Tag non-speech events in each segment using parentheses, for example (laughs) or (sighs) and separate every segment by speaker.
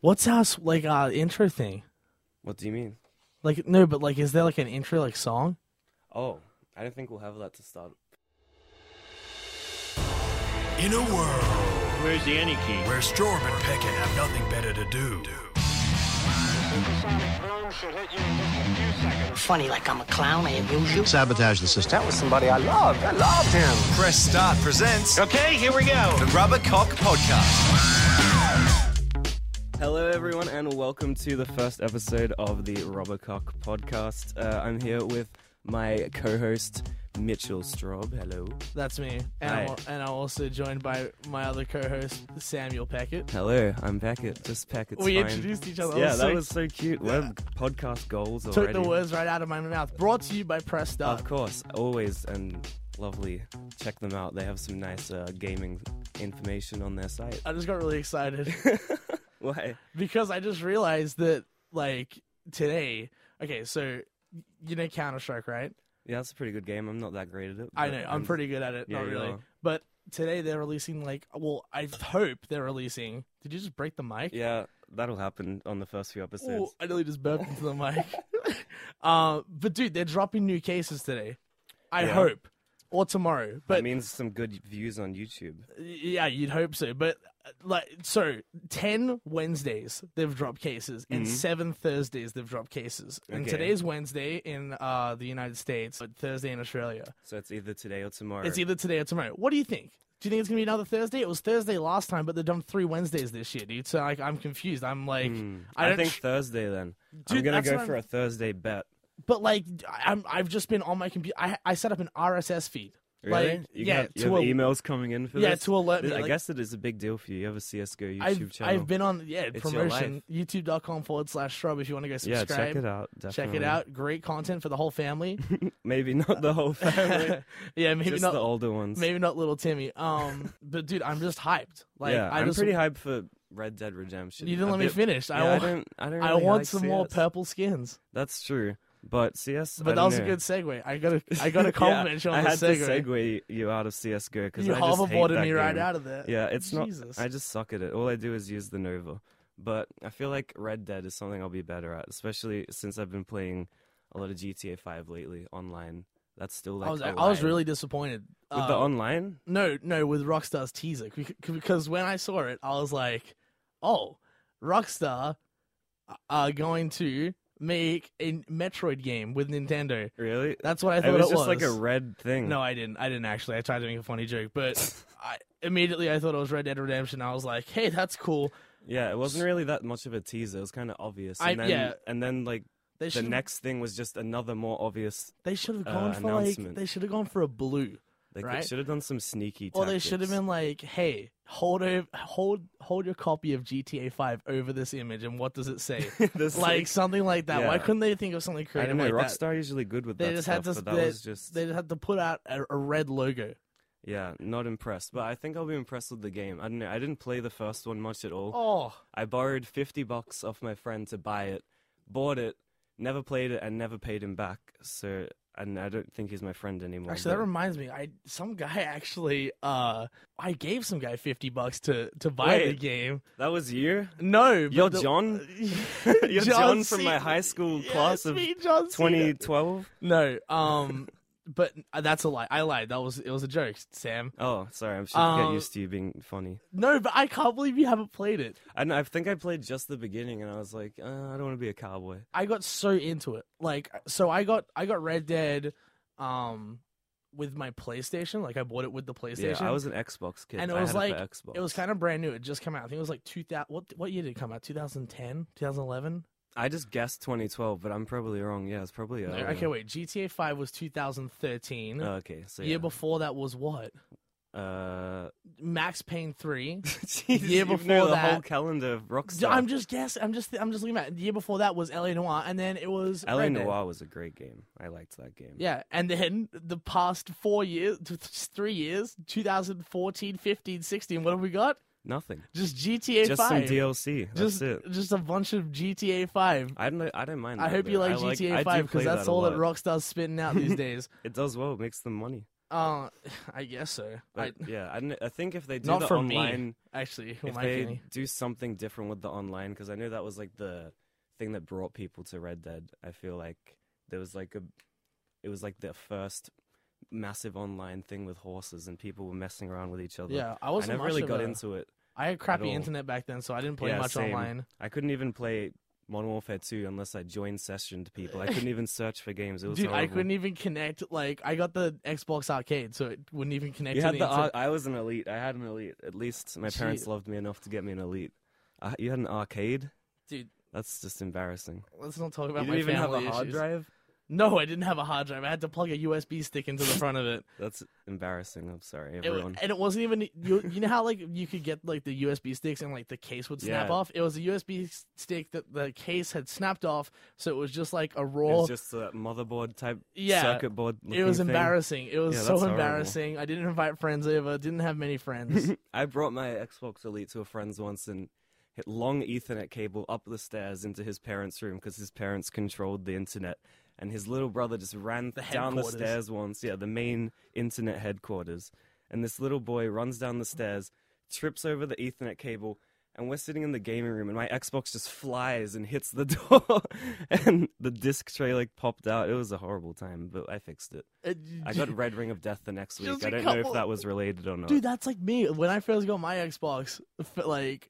Speaker 1: What's our s- like our intro thing?
Speaker 2: What do you mean?
Speaker 1: Like no, but like is there like an intro like song?
Speaker 2: Oh, I don't think we'll have that to start.
Speaker 3: In a world
Speaker 4: Where's the any key?
Speaker 3: where Storm and Peckin have nothing better to do,
Speaker 5: Supersonic boom should hit you in just a few seconds.
Speaker 6: funny like I'm a clown. I abuse you.
Speaker 7: sabotage the system.
Speaker 5: That was somebody I loved. I loved him.
Speaker 3: Press Start presents
Speaker 4: Okay, here we go.
Speaker 3: the Rubber Cock Podcast.
Speaker 2: Hello, everyone, and welcome to the first episode of the Robocock podcast. Uh, I'm here with my co host, Mitchell Straub. Hello.
Speaker 1: That's me, and
Speaker 2: Hi.
Speaker 1: I'm, al- and I'm also joined by my other co-host Samuel Packett.
Speaker 2: Hello, I'm Packet. Just Packet's
Speaker 1: We
Speaker 2: fine.
Speaker 1: introduced each other. That
Speaker 2: Yeah,
Speaker 1: was
Speaker 2: that
Speaker 1: so-
Speaker 2: was so cute. We're podcast goals
Speaker 1: Took
Speaker 2: already.
Speaker 1: the words right out of my mouth. Brought to you by Press
Speaker 2: Of
Speaker 1: Start.
Speaker 2: course, always and lovely. Check them out. They have some nice uh, gaming information on their site.
Speaker 1: I just got really
Speaker 2: (laughs)
Speaker 1: excited
Speaker 2: Why?
Speaker 1: because I just realized that like today. Okay, so you know Counter Strike, right?
Speaker 2: Yeah, that's a pretty good game. I'm not that great at it.
Speaker 1: I
Speaker 2: but
Speaker 1: know. I'm pretty good at it.
Speaker 2: Yeah,
Speaker 1: not
Speaker 2: you
Speaker 1: really.
Speaker 2: are.
Speaker 1: But today they're releasing like well, I hope they're releasing. Did you just break the mic?
Speaker 2: Yeah, that'll happen on the first few episodes.
Speaker 1: Ooh, I nearly just burped into the mic. (laughs) um, but dude, they're dropping new cases today. I
Speaker 2: Yeah.
Speaker 1: hope. Or tomorrow.
Speaker 2: That
Speaker 1: But
Speaker 2: means some good views on YouTube.
Speaker 1: yeah, you'd hope so. But uh, like so 10 Wednesdays they've dropped cases and 7 Thursdays they've dropped cases. And
Speaker 2: Mm-hmm. Okay.
Speaker 1: today's Wednesday in uh the United States, but Thursday in Australia.
Speaker 2: So it's either today or tomorrow.
Speaker 1: It's either today or tomorrow. What do you think? Do you think it's gonna be another Thursday? It was Thursday last time, but they've done three Wednesdays this year, dude. So like, I'm confused. I'm like, I
Speaker 2: Hmm. I,
Speaker 1: don't
Speaker 2: think Thursday then. I'm
Speaker 1: Dude,
Speaker 2: gonna
Speaker 1: that's
Speaker 2: go
Speaker 1: what
Speaker 2: for
Speaker 1: I'm-
Speaker 2: a Thursday bet.
Speaker 1: But like, I'm I've just been on my computer. I I set up an RSS feed.
Speaker 2: Really?
Speaker 1: Like,
Speaker 2: you
Speaker 1: yeah,
Speaker 2: got, you
Speaker 1: to
Speaker 2: have
Speaker 1: a-
Speaker 2: emails coming in for
Speaker 1: yeah,
Speaker 2: this?
Speaker 1: to alert me,
Speaker 2: I
Speaker 1: like-
Speaker 2: guess it is a big deal for you. You have a CS:GO YouTube
Speaker 1: I've
Speaker 2: channel.
Speaker 1: I've been on yeah
Speaker 2: your
Speaker 1: promotion youtube.com forward slash shrub if you want to go
Speaker 2: yeah,
Speaker 1: subscribe.
Speaker 2: check it out.
Speaker 1: Check it
Speaker 2: definitely.
Speaker 1: out. Great content for the whole
Speaker 2: (laughs)
Speaker 1: family. (laughs)
Speaker 2: Maybe not the whole family,
Speaker 1: yeah, maybe
Speaker 2: just
Speaker 1: not
Speaker 2: the older ones.
Speaker 1: maybe not little Timmy.
Speaker 2: (laughs)
Speaker 1: Um, but dude, I'm just hyped. Like
Speaker 2: yeah,
Speaker 1: I
Speaker 2: am
Speaker 1: just
Speaker 2: pretty hyped for Red Dead Redemption.
Speaker 1: you didn't
Speaker 2: A
Speaker 1: let me
Speaker 2: bit-
Speaker 1: finish.
Speaker 2: Yeah,
Speaker 1: I
Speaker 2: I
Speaker 1: want
Speaker 2: don't. I don't.
Speaker 1: I
Speaker 2: really
Speaker 1: want
Speaker 2: like
Speaker 1: some more
Speaker 2: CS.
Speaker 1: purple skins.
Speaker 2: That's true, but CS. I
Speaker 1: But that
Speaker 2: don't
Speaker 1: was
Speaker 2: know.
Speaker 1: a good segue. I
Speaker 2: (laughs)
Speaker 1: got a I got a compliment
Speaker 2: yeah,
Speaker 1: on
Speaker 2: I
Speaker 1: the
Speaker 2: had
Speaker 1: segue.
Speaker 2: to segue you out of CS:GO because
Speaker 1: You
Speaker 2: I just hate
Speaker 1: hoverboarded
Speaker 2: that
Speaker 1: me right
Speaker 2: game.
Speaker 1: out of there.
Speaker 2: Yeah, it's
Speaker 1: Jesus.
Speaker 2: not. I just suck at it. All I do is use the Nova, but I feel like Red Dead is something I'll be better at, especially since I've been playing a lot of GTA Five lately online. That's still like
Speaker 1: I was I
Speaker 2: alive.
Speaker 1: was really uh, disappointed.
Speaker 2: with the online.
Speaker 1: No, no, with Rockstar's teaser bec- because when I saw it, I was like, "Oh, Rockstar uh, are going to make a Metroid game with Nintendo."
Speaker 2: Really,
Speaker 1: That's what I
Speaker 2: it
Speaker 1: thought
Speaker 2: was
Speaker 1: it
Speaker 2: just
Speaker 1: was.
Speaker 2: like a red thing.
Speaker 1: no, I didn't. I didn't actually. I tried to make a funny joke,
Speaker 2: (laughs)
Speaker 1: but I, immediately I thought it was Red Dead Redemption. I was like, "Hey, that's cool."
Speaker 2: yeah, it wasn't really that much of a teaser. It was kind of obvious. And
Speaker 1: I-
Speaker 2: then,
Speaker 1: yeah.
Speaker 2: and then like
Speaker 1: They
Speaker 2: the
Speaker 1: should
Speaker 2: next thing was just another more obvious.
Speaker 1: they should have gone for like
Speaker 2: announcement.
Speaker 1: they should have gone for a blue,
Speaker 2: They
Speaker 1: Right.
Speaker 2: should have done some sneaky.
Speaker 1: or they should have
Speaker 2: tactics.
Speaker 1: been like, "Hey, hold over, hold hold your copy of GTA 5 over this image, and what does it say?"
Speaker 2: (laughs) This,
Speaker 1: like something like that. Why
Speaker 2: Yeah.
Speaker 1: couldn't they think of something
Speaker 2: I
Speaker 1: creative
Speaker 2: don't know.
Speaker 1: like that?
Speaker 2: Rockstar usually good with
Speaker 1: They
Speaker 2: that
Speaker 1: just had
Speaker 2: stuff,
Speaker 1: to
Speaker 2: but that
Speaker 1: they,
Speaker 2: was just
Speaker 1: they just had to put out a, a red logo.
Speaker 2: yeah, not impressed. But I think I'll be impressed with the game. I don't know. I didn't play the first one much at all.
Speaker 1: Oh,
Speaker 2: I borrowed fifty bucks off my friend to buy it, bought it, never played it, and never paid him back. So and I don't think he's my friend anymore.
Speaker 1: actually, that
Speaker 2: but-
Speaker 1: reminds me. I some guy actually uh I gave some guy fifty bucks to to buy the
Speaker 2: Wait.
Speaker 1: game.
Speaker 2: that was you.
Speaker 1: No, but
Speaker 2: You're
Speaker 1: the-
Speaker 2: John. (laughs) You're John,
Speaker 1: John
Speaker 2: from
Speaker 1: Cena.
Speaker 2: my high school
Speaker 1: Yeah,
Speaker 2: class
Speaker 1: it's
Speaker 2: of
Speaker 1: me, John Cena.
Speaker 2: 2012.
Speaker 1: No, um, (laughs) but uh, that's a lie. I lied. That was it was a joke, Sam.
Speaker 2: Oh, sorry. I should
Speaker 1: Um,
Speaker 2: get used to you being funny.
Speaker 1: No, but I can't believe you haven't played it.
Speaker 2: And I think I played just the beginning, and I was like, uh, I don't want to be a cowboy.
Speaker 1: I got so into it. Like so I got I got Red Dead um with my PlayStation. Like I bought it with the
Speaker 2: Yeah,
Speaker 1: PlayStation.
Speaker 2: I was an Xbox kid.
Speaker 1: and it
Speaker 2: I
Speaker 1: was
Speaker 2: had
Speaker 1: like
Speaker 2: for
Speaker 1: it,
Speaker 2: Xbox.
Speaker 1: was kind of brand new. It just came out. I think it was like 2000 what what year did it come out? 2010, 2011?
Speaker 2: I just guessed 2012, but I'm probably wrong. Yeah, it's probably
Speaker 1: No,
Speaker 2: earlier.
Speaker 1: okay, wait. GTA 5 was 2013.
Speaker 2: Oh, okay, so yeah.
Speaker 1: Year before that was what? (laughs)
Speaker 2: Uh, (laughs)
Speaker 1: Max Payne 3.
Speaker 2: Jeez,
Speaker 1: Year
Speaker 2: you know
Speaker 1: before
Speaker 2: the whole
Speaker 1: that-
Speaker 2: calendar of
Speaker 1: D-
Speaker 2: Rockstar.
Speaker 1: I'm just guessing. I'm just I'm just looking at. It. The year before that was LA Noir and then it was
Speaker 2: LA
Speaker 1: Red Dead.
Speaker 2: Noir was a great game. I liked that game.
Speaker 1: Yeah, and then the past four years, th- th- three years, 2014, 15, 16, what have we got?
Speaker 2: Nothing.
Speaker 1: Just GTA
Speaker 2: Just
Speaker 1: 5.
Speaker 2: some DLC. That's
Speaker 1: just,
Speaker 2: it.
Speaker 1: just a bunch of GTA 5.
Speaker 2: I don't. I don't mind.
Speaker 1: I
Speaker 2: that,
Speaker 1: hope you
Speaker 2: though.
Speaker 1: like
Speaker 2: I
Speaker 1: GTA
Speaker 2: I do
Speaker 1: 5
Speaker 2: play
Speaker 1: because that's
Speaker 2: a
Speaker 1: all that
Speaker 2: lot. (laughs)
Speaker 1: Rockstar's spitting out these days.
Speaker 2: It does well. It makes them money.
Speaker 1: Uh, I guess so. I, (laughs)
Speaker 2: But yeah, I, kn- I think if they do
Speaker 1: not
Speaker 2: the
Speaker 1: for
Speaker 2: online,
Speaker 1: me, actually. Who
Speaker 2: if
Speaker 1: am I
Speaker 2: they
Speaker 1: kidding?
Speaker 2: do something different with the online, because I know that was like the thing that brought people to Red Dead. I feel like there was like a, it was like their first massive online thing with horses, and people were messing around with each other.
Speaker 1: Yeah, I
Speaker 2: I
Speaker 1: wasn't
Speaker 2: never
Speaker 1: much
Speaker 2: really
Speaker 1: of
Speaker 2: got
Speaker 1: a-
Speaker 2: into it.
Speaker 1: I had crappy
Speaker 2: all.
Speaker 1: internet back then, so I didn't play
Speaker 2: Yeah,
Speaker 1: much
Speaker 2: same.
Speaker 1: online.
Speaker 2: I couldn't even play Modern Warfare 2 unless I joined sessioned people. I couldn't even search for games. It was
Speaker 1: Dude, I
Speaker 2: horrible.
Speaker 1: couldn't even connect. Like, I got the Xbox Arcade, so it wouldn't even connect
Speaker 2: You
Speaker 1: to
Speaker 2: had
Speaker 1: the,
Speaker 2: the.
Speaker 1: internet.
Speaker 2: Ar- I was an elite. I had an elite. At least my parents
Speaker 1: Gee.
Speaker 2: loved me enough to get me an elite. Uh, you had an arcade.
Speaker 1: Dude,
Speaker 2: That's just embarrassing.
Speaker 1: let's not talk about
Speaker 2: You
Speaker 1: my
Speaker 2: didn't even have
Speaker 1: family
Speaker 2: a hard
Speaker 1: issues.
Speaker 2: drive.
Speaker 1: No, I didn't have a hard drive. I had to plug a USB stick into
Speaker 2: (laughs)
Speaker 1: the front of it.
Speaker 2: That's embarrassing. I'm sorry,
Speaker 1: It wa-
Speaker 2: everyone.
Speaker 1: and it wasn't even you. You know how like you could get like the USB sticks and like the case would snap
Speaker 2: Yeah.
Speaker 1: off. It was a USB s- stick that the case had snapped off, so it was just like a raw.
Speaker 2: it's just a motherboard type
Speaker 1: Yeah,
Speaker 2: circuit board.
Speaker 1: It was
Speaker 2: looking thing.
Speaker 1: embarrassing. It was
Speaker 2: Yeah,
Speaker 1: so
Speaker 2: that's horrible.
Speaker 1: embarrassing. I didn't invite friends over. Didn't have many
Speaker 2: (laughs)
Speaker 1: friends. Uh,
Speaker 2: I brought my Xbox Elite to a friend's once and hit long Ethernet cable up the stairs into his parents' room because his parents controlled the internet. And his little brother just ran down the
Speaker 1: headquarters.
Speaker 2: stairs once. Yeah, the main internet headquarters. And this little boy runs down the stairs, trips over the Ethernet cable, and we're sitting in the gaming room. And my Xbox just flies and hits the (laughs) door, and the disc tray like popped out. It was a horrible time, but I fixed it.
Speaker 1: It-
Speaker 2: I got Red Ring of Death the next week.
Speaker 1: Just
Speaker 2: I
Speaker 1: a
Speaker 2: don't know if
Speaker 1: couple-
Speaker 2: that was related or not.
Speaker 1: dude that's like me when i first got my xbox f- like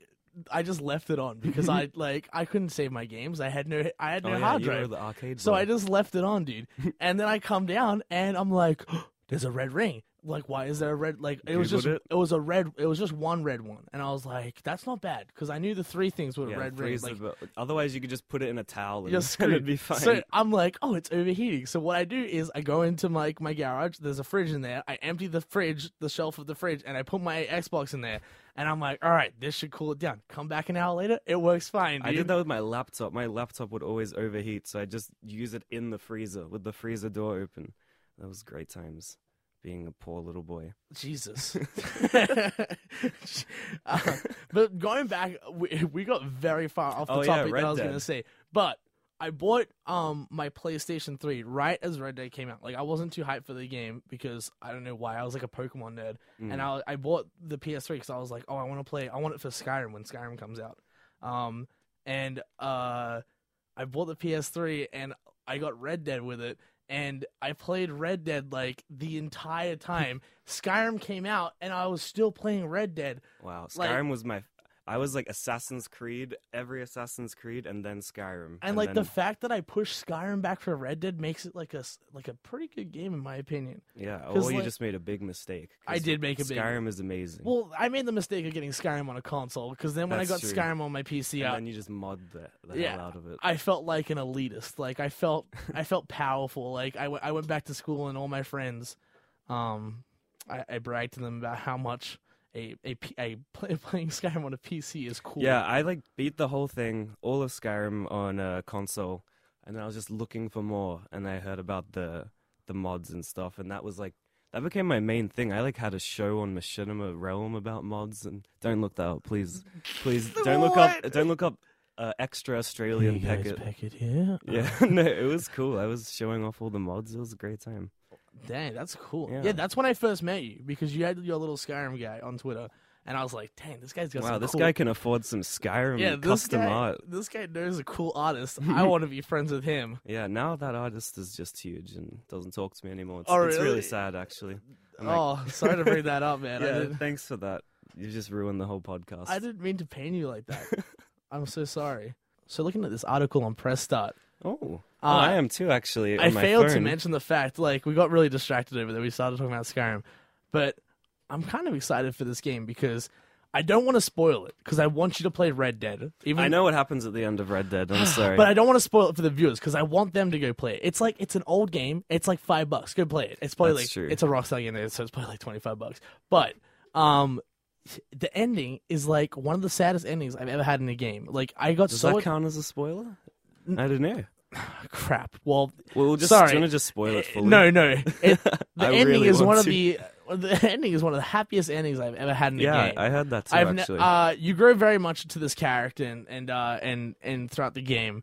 Speaker 1: i just left it on
Speaker 2: (laughs)
Speaker 1: because i like i couldn't save my games i had no i had no
Speaker 2: Oh, yeah,
Speaker 1: hard
Speaker 2: you were
Speaker 1: drive
Speaker 2: the arcade
Speaker 1: so
Speaker 2: boy.
Speaker 1: i just left it on
Speaker 2: (laughs)
Speaker 1: dude and then i come down and i'm like (gasps) there's a red ring like why is there a red like it was
Speaker 2: Googled
Speaker 1: just it?
Speaker 2: it?
Speaker 1: was a red it was just one red one and i was like that's not bad because i knew the three things were
Speaker 2: Yeah,
Speaker 1: red
Speaker 2: freeze
Speaker 1: rings
Speaker 2: the (laughs)
Speaker 1: like
Speaker 2: bu- otherwise, you could just put it in a towel and,
Speaker 1: you're
Speaker 2: and
Speaker 1: screwed.
Speaker 2: (laughs) it'd be fine.
Speaker 1: So I'm like, oh, it's overheating. So what I do is I go into my my garage. There's a fridge in there. I empty the fridge, the shelf of the fridge, and I put my Xbox in there. And I'm like, all right, this should cool it down. Come back an hour later, it works fine.
Speaker 2: I did
Speaker 1: dude.
Speaker 2: that with my laptop. My laptop would always overheat, so I just use it in the freezer with the freezer door open. That was great times, being a poor little boy. (laughs)
Speaker 1: Jesus. (laughs) Uh, but going back, we, we got very far off the
Speaker 2: Oh, yeah,
Speaker 1: topic
Speaker 2: Red
Speaker 1: that I was
Speaker 2: Dead.
Speaker 1: going to say. But I bought um my PlayStation 3 right as Red Dead came out. Like, I wasn't too hyped for the game because I don't know why. I was like a Pokemon nerd.
Speaker 2: Mm, Hmm.
Speaker 1: And I, I bought the PS3 because I was like, oh, I want to play, I want it for Skyrim when Skyrim comes out. Um, and uh, I bought the PS3 and I got Red Dead with it, and I played Red Dead like the entire
Speaker 2: (laughs)
Speaker 1: time. Skyrim came out, and I was still playing Red Dead.
Speaker 2: Wow, Skyrim
Speaker 1: Like-
Speaker 2: was my. I was like Assassin's Creed, every Assassin's Creed, and then Skyrim,
Speaker 1: And, like the
Speaker 2: then-
Speaker 1: fact that I pushed Skyrim back for Red Dead makes it like a s- like a pretty good game in my opinion.
Speaker 2: yeah,
Speaker 1: 'cause,
Speaker 2: or you
Speaker 1: like-
Speaker 2: just made a big mistake.
Speaker 1: I
Speaker 2: 'cause
Speaker 1: did make a big-
Speaker 2: Skyrim is amazing.
Speaker 1: Well, I made the mistake of getting Skyrim on a console because then when I got
Speaker 2: Hmm. That's true.
Speaker 1: Skyrim on my PC,
Speaker 2: and
Speaker 1: I,
Speaker 2: then you just mod the, the
Speaker 1: Yeah,
Speaker 2: hell out of it.
Speaker 1: I felt like an elitist. Like I felt I felt powerful. Like I, w- I went back to school and all my friends, um, I, I bragged to them about how much a a, P- a play, (laughs) playing Skyrim on a PC is cool.
Speaker 2: Yeah, I like beat the whole thing, all of Skyrim on a console, and then I was just looking for more, and I heard about the the mods and stuff, and that was like that became my main thing. I like had a show on Machinima Realm about mods, and don't look that up, please,
Speaker 1: (laughs)
Speaker 2: please don't look up, don't look up uh, extra Australian Peckett.
Speaker 1: yeah.
Speaker 2: (laughs) yeah, no, it was cool. I was showing off all the mods. It was a great time.
Speaker 1: Dang, that's cool. Yeah.
Speaker 2: Yeah.
Speaker 1: that's when I first met you because you had your little Skyrim guy on Twitter, and I was like, dang, this guy's got
Speaker 2: Wow,
Speaker 1: some
Speaker 2: this
Speaker 1: cool-
Speaker 2: guy can afford some Skyrim
Speaker 1: yeah, this
Speaker 2: custom
Speaker 1: guy,
Speaker 2: art.
Speaker 1: this guy knows a cool artist.
Speaker 2: (laughs)
Speaker 1: I want to be friends with him.
Speaker 2: Yeah, now that artist is just huge and doesn't talk to me anymore. It's,
Speaker 1: Oh,
Speaker 2: it's really
Speaker 1: really?
Speaker 2: sad, actually. I'm like,
Speaker 1: oh, sorry to bring that up, man. I,
Speaker 2: (laughs) yeah,
Speaker 1: didn't,
Speaker 2: thanks for that. You just ruined the whole podcast.
Speaker 1: I didn't mean to pain you like
Speaker 2: (laughs)
Speaker 1: that. I'm so sorry. So looking at this article on Press Start,
Speaker 2: Oh, Oh, I am too, actually.
Speaker 1: Uh, I
Speaker 2: on my
Speaker 1: failed to
Speaker 2: phone.
Speaker 1: mention the fact, like, we got really distracted over there. We started talking about Skyrim. But I'm kind of excited for this game because I don't want to spoil it because I want you to play Red Dead. Even
Speaker 2: I know what happens at the end of Red
Speaker 1: (sighs)
Speaker 2: Dead. I'm sorry.
Speaker 1: But I don't want to spoil it for the viewers because I want them to go play it. It's like it's an old game. It's like five bucks. Go play it. It's probably
Speaker 2: That's
Speaker 1: like
Speaker 2: true.
Speaker 1: it's a Rockstar game, so it's probably like twenty five bucks. But um, the ending is like one of the saddest endings I've ever had in a game. Like I got
Speaker 2: Does
Speaker 1: so
Speaker 2: that count as a spoiler? I don't know.
Speaker 1: crap. Well,
Speaker 2: Well, we'll just,
Speaker 1: Sorry. Eh,
Speaker 2: Do you want to just spoil it fully?
Speaker 1: no,
Speaker 2: (laughs)
Speaker 1: no. It, the
Speaker 2: I
Speaker 1: ending
Speaker 2: really
Speaker 1: is
Speaker 2: want
Speaker 1: one of
Speaker 2: to.
Speaker 1: the the (laughs) ending is one of the happiest endings I've ever had in a
Speaker 2: Yeah,
Speaker 1: game.
Speaker 2: I heard that too,
Speaker 1: I've ne-
Speaker 2: actually.
Speaker 1: uh, you grow very much to this character and and uh, and and throughout the game,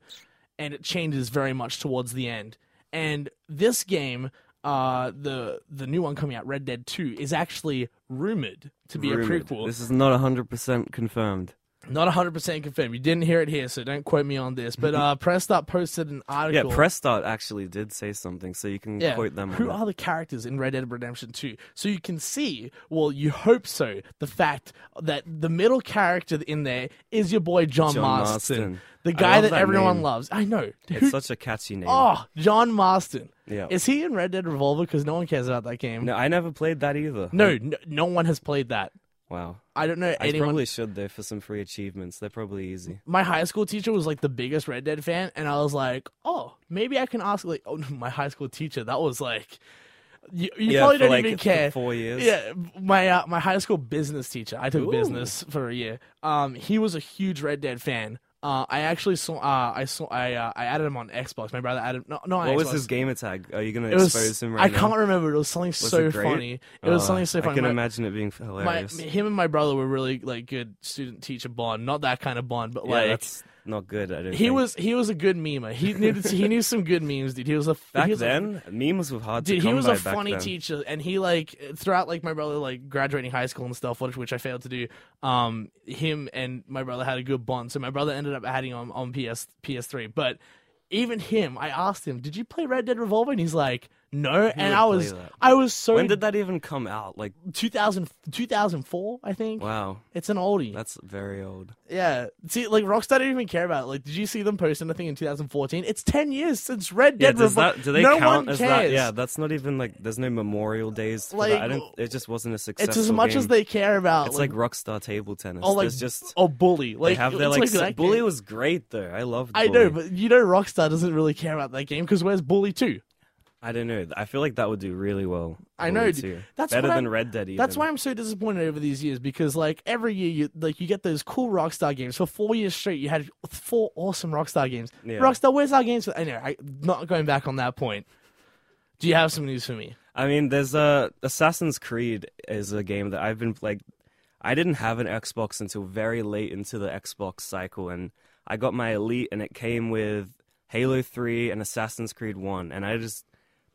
Speaker 1: and it changes very much towards the end. And this game, uh, the the new one coming out, Red Dead Two, is actually rumored to be a
Speaker 2: Rumored.
Speaker 1: prequel.
Speaker 2: This is not 100% confirmed.
Speaker 1: Not 100% confirmed. You didn't hear it here, so don't quote me on this.
Speaker 2: (laughs)
Speaker 1: But uh, Press Start posted an
Speaker 2: Yeah,
Speaker 1: article.
Speaker 2: Press Start actually did say something, so you can
Speaker 1: Yeah.
Speaker 2: quote them.
Speaker 1: Who
Speaker 2: on
Speaker 1: are the characters in Red Dead Redemption 2? So you can see, well, you hope so, the fact that the middle character in there is your boy John,
Speaker 2: John
Speaker 1: Marston,
Speaker 2: Marston.
Speaker 1: the
Speaker 2: I
Speaker 1: guy
Speaker 2: love
Speaker 1: that,
Speaker 2: that
Speaker 1: everyone
Speaker 2: name.
Speaker 1: loves. I know.
Speaker 2: it.
Speaker 1: Who-
Speaker 2: It's such a catchy name.
Speaker 1: oh, John Marston.
Speaker 2: Yeah.
Speaker 1: Is he in Red Dead Revolver? Because no one cares about that game.
Speaker 2: No, I never played that either.
Speaker 1: No, n- no, one has played that.
Speaker 2: Wow.
Speaker 1: I don't know
Speaker 2: I
Speaker 1: anyone.
Speaker 2: probably should though for some free achievements. They're probably easy.
Speaker 1: my high school teacher was like the biggest Red Dead fan, and I was like, oh, maybe I can ask. Like, oh, (laughs) my high school teacher, that was like, you, you
Speaker 2: Yeah,
Speaker 1: probably
Speaker 2: for,
Speaker 1: don't
Speaker 2: like,
Speaker 1: even
Speaker 2: th-
Speaker 1: care.
Speaker 2: four years.
Speaker 1: Yeah, my uh, my high school business teacher. I took
Speaker 2: Ooh.
Speaker 1: business for a year. Um, he was a huge Red Dead fan. Uh, I actually saw. Uh, I saw. I uh, I added him on Xbox. My brother added. No, no. on
Speaker 2: What was
Speaker 1: Xbox.
Speaker 2: his gamer tag? Are you gonna
Speaker 1: It was.
Speaker 2: expose him
Speaker 1: I
Speaker 2: right now?
Speaker 1: can't remember. It was something
Speaker 2: Was
Speaker 1: so
Speaker 2: it great?
Speaker 1: funny. It was
Speaker 2: Oh,
Speaker 1: something so funny.
Speaker 2: I can
Speaker 1: My-
Speaker 2: imagine it being
Speaker 1: my,
Speaker 2: hilarious.
Speaker 1: him and my brother were really like good student teacher bond, not that kind of bond, but
Speaker 2: yeah,
Speaker 1: like
Speaker 2: that's not good. I don't.
Speaker 1: he
Speaker 2: think.
Speaker 1: was he was a good memer. He needed to, he knew some good memes, dude. He was a
Speaker 2: back
Speaker 1: he was a-
Speaker 2: then. memes were hard
Speaker 1: dude,
Speaker 2: to come
Speaker 1: he was
Speaker 2: by
Speaker 1: a
Speaker 2: back
Speaker 1: funny
Speaker 2: then.
Speaker 1: teacher, and he like throughout like my brother like graduating high school and stuff, which which I failed to do. Um, him and my brother had a good bond, so my brother ended up adding on on PS PS3. But even him, I asked him, "Did you play Red Dead Revolver?" And he's like, "No," and
Speaker 2: would
Speaker 1: I was
Speaker 2: play that?
Speaker 1: I was so
Speaker 2: When did that even come out? Like,
Speaker 1: 2000 2004, I think.
Speaker 2: wow,
Speaker 1: It's an oldie.
Speaker 2: that's very old.
Speaker 1: Yeah. See, like Rockstar didn't even care about it. Like, did you see them post anything in 2014? It's 10 years since Red
Speaker 2: Yeah,
Speaker 1: Dead
Speaker 2: does
Speaker 1: Revol-
Speaker 2: that, do they
Speaker 1: no
Speaker 2: count
Speaker 1: one
Speaker 2: as
Speaker 1: cares.
Speaker 2: that? Yeah, that's not even like. There's no memorial days. For that. I
Speaker 1: Like,
Speaker 2: don't. It just wasn't a successful.
Speaker 1: It's as much
Speaker 2: game.
Speaker 1: as they care about.
Speaker 2: It's like, Rockstar table tennis.
Speaker 1: oh, like
Speaker 2: There's just
Speaker 1: oh, bully. Like
Speaker 2: they have their
Speaker 1: it's
Speaker 2: like. s-
Speaker 1: that
Speaker 2: Bully
Speaker 1: game.
Speaker 2: was great though. I loved.
Speaker 1: I
Speaker 2: Bully.
Speaker 1: know, but you know, Rockstar doesn't really care about that game because where's Bully Two?
Speaker 2: I don't know. I feel like that would do really well.
Speaker 1: I
Speaker 2: Bully
Speaker 1: know, dude.
Speaker 2: too.
Speaker 1: That's
Speaker 2: better
Speaker 1: what
Speaker 2: than
Speaker 1: I'm-
Speaker 2: Red Dead. Even.
Speaker 1: That's why I'm so disappointed over these years because like every year you like you get those cool Rockstar games for four years straight. You had four awesome Rockstar games.
Speaker 2: Yeah.
Speaker 1: Rockstar, where's our games? I know. I, not going back on that point. Do you have some news for me?
Speaker 2: I mean, there's a Assassin's Creed is a game that I've been like, I didn't have an Xbox until very late into the Xbox cycle, and I got my Elite, and it came with Halo Three and Assassin's Creed One, and I just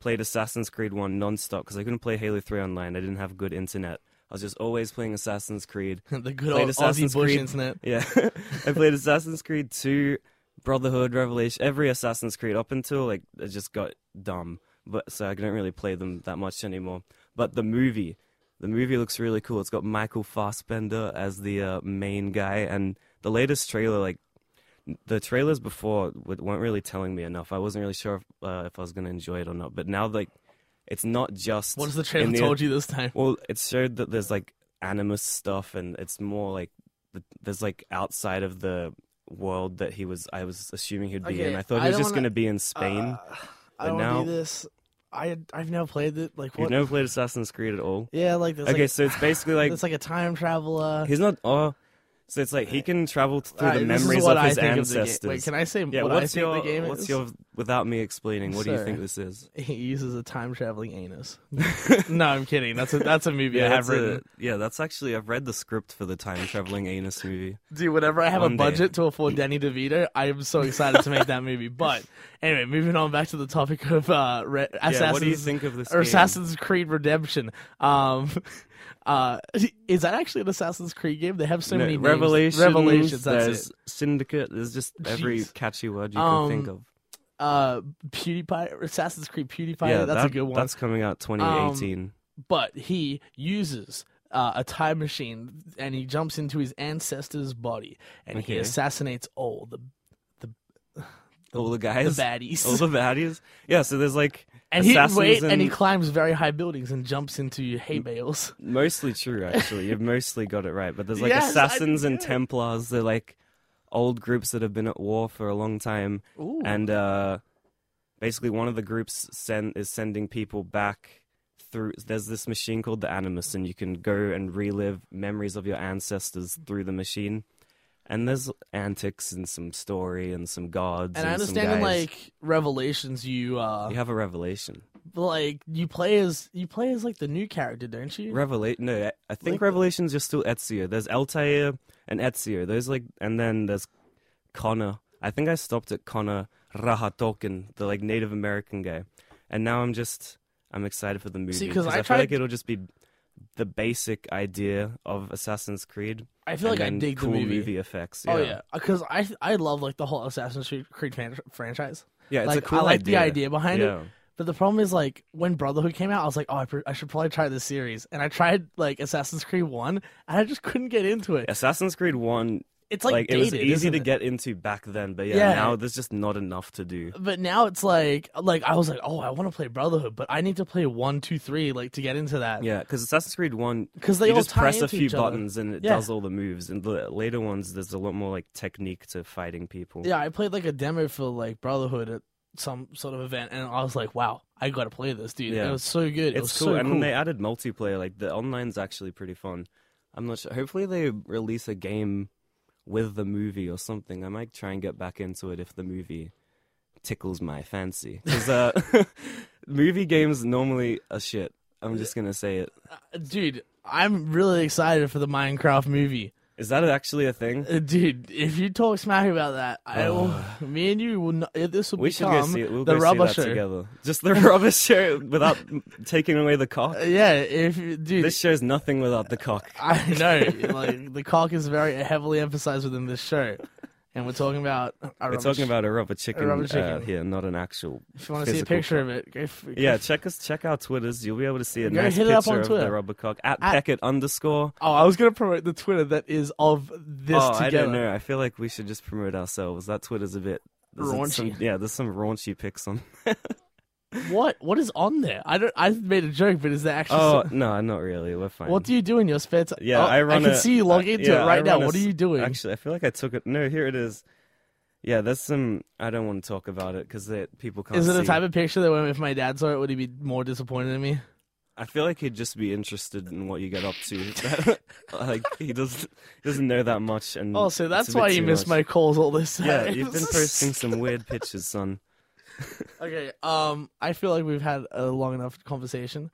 Speaker 2: played Assassin's Creed One nonstop because I couldn't play Halo Three online. I didn't have good internet. I was just always playing Assassin's Creed.
Speaker 1: (laughs) the good
Speaker 2: Played
Speaker 1: old Aussie
Speaker 2: Assassin's
Speaker 1: Bush
Speaker 2: Creed.
Speaker 1: internet.
Speaker 2: Yeah, (laughs) I played Assassin's Creed Two, Brotherhood, Revelation, every Assassin's Creed up until like it just got dumb. But so I don't really play them that much anymore. But the movie, the movie looks really cool. It's got Michael Fassbender as the uh, main guy, and the latest trailer, like the trailers before, w- weren't really telling me enough. I wasn't really sure if, uh, if I was gonna enjoy it or not. But now, like, it's not just
Speaker 1: What has the trailer
Speaker 2: in
Speaker 1: told you this time?
Speaker 2: well, it showed that there's like animus stuff, and it's more like th- there's like outside of the world that he was. I was assuming he'd be
Speaker 1: Okay,
Speaker 2: in. I thought
Speaker 1: I
Speaker 2: he was
Speaker 1: don't
Speaker 2: just
Speaker 1: wanna-
Speaker 2: going to be in Spain.
Speaker 1: Uh, I
Speaker 2: but
Speaker 1: don't wanna
Speaker 2: now-
Speaker 1: do this. I I've never played it. Like
Speaker 2: You've
Speaker 1: what?
Speaker 2: never played Assassin's Creed at all.
Speaker 1: yeah, like this.
Speaker 2: okay, so
Speaker 1: (laughs)
Speaker 2: it's basically like
Speaker 1: it's like a time traveler.
Speaker 2: he's not. Oh, so it's like he can travel t- through
Speaker 1: Alright,
Speaker 2: the
Speaker 1: this is
Speaker 2: memories
Speaker 1: what
Speaker 2: of
Speaker 1: I
Speaker 2: his
Speaker 1: think of the game.
Speaker 2: ancestors.
Speaker 1: Wait, can I say
Speaker 2: yeah,
Speaker 1: what I
Speaker 2: what's
Speaker 1: think
Speaker 2: your
Speaker 1: the game
Speaker 2: what's
Speaker 1: is?
Speaker 2: your without me explaining? What do you
Speaker 1: Sorry.
Speaker 2: think this is?
Speaker 1: (laughs) He uses a time traveling
Speaker 2: (laughs)
Speaker 1: anus. no, I'm kidding. That's a that's a movie I have
Speaker 2: that's a-
Speaker 1: written.
Speaker 2: yeah, that's actually I've read the script for the time traveling anus movie.
Speaker 1: Dude, whenever I have a
Speaker 2: One day.
Speaker 1: budget to afford Danny DeVito, I am so excited to make that movie. But anyway, moving on back to the topic of uh, Re- Assassin's,
Speaker 2: what do you think of this
Speaker 1: or
Speaker 2: game?
Speaker 1: Assassin's Creed Redemption? Um, (laughs) uh, is that actually an Assassin's Creed game? They have so
Speaker 2: No,
Speaker 1: many names.
Speaker 2: Revelations.
Speaker 1: Revelations. That's
Speaker 2: there's
Speaker 1: it.
Speaker 2: Syndicate. There's
Speaker 1: (laughs)
Speaker 2: just every
Speaker 1: Jeez.
Speaker 2: catchy word you
Speaker 1: Um,
Speaker 2: can think of.
Speaker 1: Uh, PewDiePie, Assassin's Creed PewDiePie. that's
Speaker 2: that-
Speaker 1: a good one. Um,
Speaker 2: That's coming out 2018.
Speaker 1: but he uses uh, a time machine and he jumps into his ancestor's body and he
Speaker 2: Okay.
Speaker 1: assassinates all the
Speaker 2: all the
Speaker 1: the
Speaker 2: guys,
Speaker 1: baddies.
Speaker 2: all the baddies. Yeah. So there's like
Speaker 1: (laughs) and he
Speaker 2: assassins
Speaker 1: wait, and he
Speaker 2: and-
Speaker 1: climbs very high buildings and jumps into hay bales.
Speaker 2: mostly true actually. You've mostly got it right. But there's like
Speaker 1: Yes, I
Speaker 2: assassins and
Speaker 1: did.
Speaker 2: Templars. They're like old groups that have been at war for a long time.
Speaker 1: Ooh.
Speaker 2: And uh, basically, one of the groups send is sending people back through. There's this machine called the Animus, and you can go and relive memories of your ancestors through the machine. And there's antics and some story and some gods.
Speaker 1: And I
Speaker 2: some
Speaker 1: understand in
Speaker 2: guys.
Speaker 1: like Revelations, you uh,
Speaker 2: you have a revelation.
Speaker 1: like you play as you play as like the new character, don't you?
Speaker 2: Revelate? No, I- I think
Speaker 1: Like-
Speaker 2: Revelations are still Ezio. There's Altair and Ezio. There's like, and then there's Connor. I think I stopped at Connor Rahatokin, the like Native American guy, and now I'm just I'm excited for the movie
Speaker 1: 'cause I
Speaker 2: I, feel
Speaker 1: tried-
Speaker 2: like it'll just be the basic idea of Assassin's Creed.
Speaker 1: I feel like
Speaker 2: and
Speaker 1: I
Speaker 2: then
Speaker 1: dig
Speaker 2: cool
Speaker 1: the movie.
Speaker 2: effects.
Speaker 1: Oh yeah, because I I love like the whole Assassin's Creed- Creed fan- franchise.
Speaker 2: yeah. It's
Speaker 1: like
Speaker 2: a cool
Speaker 1: I like
Speaker 2: idea.
Speaker 1: the idea behind
Speaker 2: Yeah.
Speaker 1: it, but the problem is like when Brotherhood came out, I was like, oh, I, pr- I should probably try this series, and I tried like Assassin's Creed One, and I just couldn't get into it.
Speaker 2: Assassin's Creed One,
Speaker 1: It's like,
Speaker 2: like, it was
Speaker 1: dated,
Speaker 2: easy
Speaker 1: isn't
Speaker 2: to
Speaker 1: it?
Speaker 2: get into back then, but yeah,
Speaker 1: Yeah.
Speaker 2: now there's just not enough to do.
Speaker 1: but now it's like like I was like, oh, I want to play Brotherhood, but I need to play one, two, three, like to get into that.
Speaker 2: Yeah, because Assassin's Creed One,
Speaker 1: 'Cause they
Speaker 2: you
Speaker 1: all
Speaker 2: just
Speaker 1: tie
Speaker 2: press a
Speaker 1: into
Speaker 2: few
Speaker 1: each other.
Speaker 2: buttons and it
Speaker 1: Yeah.
Speaker 2: does all the moves. And the later ones, there's a lot more like technique to fighting people.
Speaker 1: Yeah, I played like a demo for like Brotherhood at some sort of event, and I was like, wow, I got to play this, dude.
Speaker 2: Yeah.
Speaker 1: It was so good. it was
Speaker 2: it's cool.
Speaker 1: so
Speaker 2: and
Speaker 1: cool.
Speaker 2: then they added multiplayer. Like the online's actually pretty fun. I'm not sure. Hopefully they release a game with the movie or something. I might try and get back into it if the movie tickles my fancy. 'Cause, uh, (laughs) movie games normally are shit. I'm just gonna say it.
Speaker 1: Uh, dude, I'm really excited for the Minecraft movie.
Speaker 2: Is that actually a thing?
Speaker 1: Uh, dude, if you talk smack about that, I will. Me and you will. Not, uh, this will
Speaker 2: We should go
Speaker 1: become
Speaker 2: see it. We'll
Speaker 1: the
Speaker 2: go
Speaker 1: rubber
Speaker 2: see that
Speaker 1: show.
Speaker 2: together. Just the (laughs) rubber show without taking away the cock.
Speaker 1: Uh, Yeah, if you- dude.
Speaker 2: This show's nothing without the cock.
Speaker 1: (laughs) I know, like the cock is very heavily emphasized within this show, and we're talking about. a
Speaker 2: We're
Speaker 1: rubber
Speaker 2: talking
Speaker 1: sh-
Speaker 2: about a rubber chicken,
Speaker 1: rubber
Speaker 2: uh,
Speaker 1: chicken.
Speaker 2: here, not an actual.
Speaker 1: If you want to see a
Speaker 2: physical
Speaker 1: picture of it, go, f- go
Speaker 2: Yeah, check us. Check our Twitters. You'll be able to see a
Speaker 1: Go
Speaker 2: nice
Speaker 1: hit
Speaker 2: picture
Speaker 1: it up on
Speaker 2: of the
Speaker 1: Twitter.
Speaker 2: rubber cock at,
Speaker 1: At-
Speaker 2: Peckett underscore.
Speaker 1: Oh, I was gonna promote the Twitter that is of this
Speaker 2: oh,
Speaker 1: together.
Speaker 2: I don't know. I feel like we should just promote ourselves. That Twitter's a bit there's Some,
Speaker 1: Raunchy.
Speaker 2: yeah, there's some raunchy pics
Speaker 1: (laughs)
Speaker 2: on.
Speaker 1: What what is on there? I don't. I made a joke, but is there actually?
Speaker 2: Oh
Speaker 1: some-
Speaker 2: no, not really. We're fine.
Speaker 1: what do you do in your spare time?
Speaker 2: Yeah,
Speaker 1: Oh,
Speaker 2: I run.
Speaker 1: I can
Speaker 2: a-
Speaker 1: see you log into
Speaker 2: yeah,
Speaker 1: it
Speaker 2: I
Speaker 1: right now.
Speaker 2: run a
Speaker 1: What are
Speaker 2: s-
Speaker 1: you doing?
Speaker 2: Actually, I feel like I took it. No, here it is. Yeah, there's some. I don't want to talk about it because people can't.
Speaker 1: is it
Speaker 2: oh, see.
Speaker 1: the type of picture that when if my dad saw it, would he be more disappointed in me?
Speaker 2: I feel like he'd just be interested in what you get up
Speaker 1: (laughs)
Speaker 2: to. (laughs) like he doesn't doesn't know that much. And
Speaker 1: Oh, so
Speaker 2: Mm, it's
Speaker 1: that's
Speaker 2: a bit
Speaker 1: why you
Speaker 2: too
Speaker 1: missed
Speaker 2: much.
Speaker 1: my calls all this time.
Speaker 2: Yeah, you've been posting some weird pictures, son.
Speaker 1: (laughs) okay. Um, I feel like we've had a long enough conversation.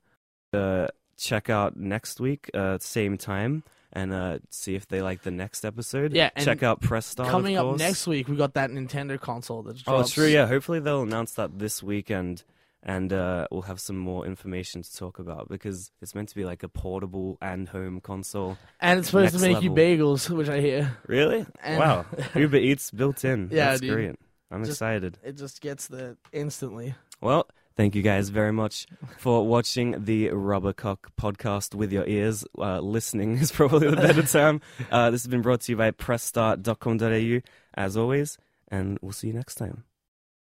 Speaker 2: Uh, check out next week, uh, same time, and uh, see if they like the next episode.
Speaker 1: Yeah, and
Speaker 2: check out Press Start. of
Speaker 1: Coming up
Speaker 2: course.
Speaker 1: next week, we got that Nintendo console that's
Speaker 2: Oh,
Speaker 1: drops.
Speaker 2: true. Yeah, hopefully they'll announce that this weekend, and uh, we'll have some more information to talk about because it's meant to be like a portable and home console.
Speaker 1: and it's supposed to
Speaker 2: Next
Speaker 1: make you
Speaker 2: level.
Speaker 1: bagels, which I hear
Speaker 2: Really?
Speaker 1: And- (laughs)
Speaker 2: wow. Uber Eats built in.
Speaker 1: Yeah,
Speaker 2: that's
Speaker 1: dude.
Speaker 2: great. I'm
Speaker 1: Just-
Speaker 2: excited.
Speaker 1: it just gets the instantly.
Speaker 2: Well, thank you guys very much for watching the Rubber Cock podcast with your ears. Uh, listening (laughs) is probably
Speaker 1: (laughs)
Speaker 2: the better term. Uh, this has been brought to you by pressstart.com.au, as always, and we'll see you next time.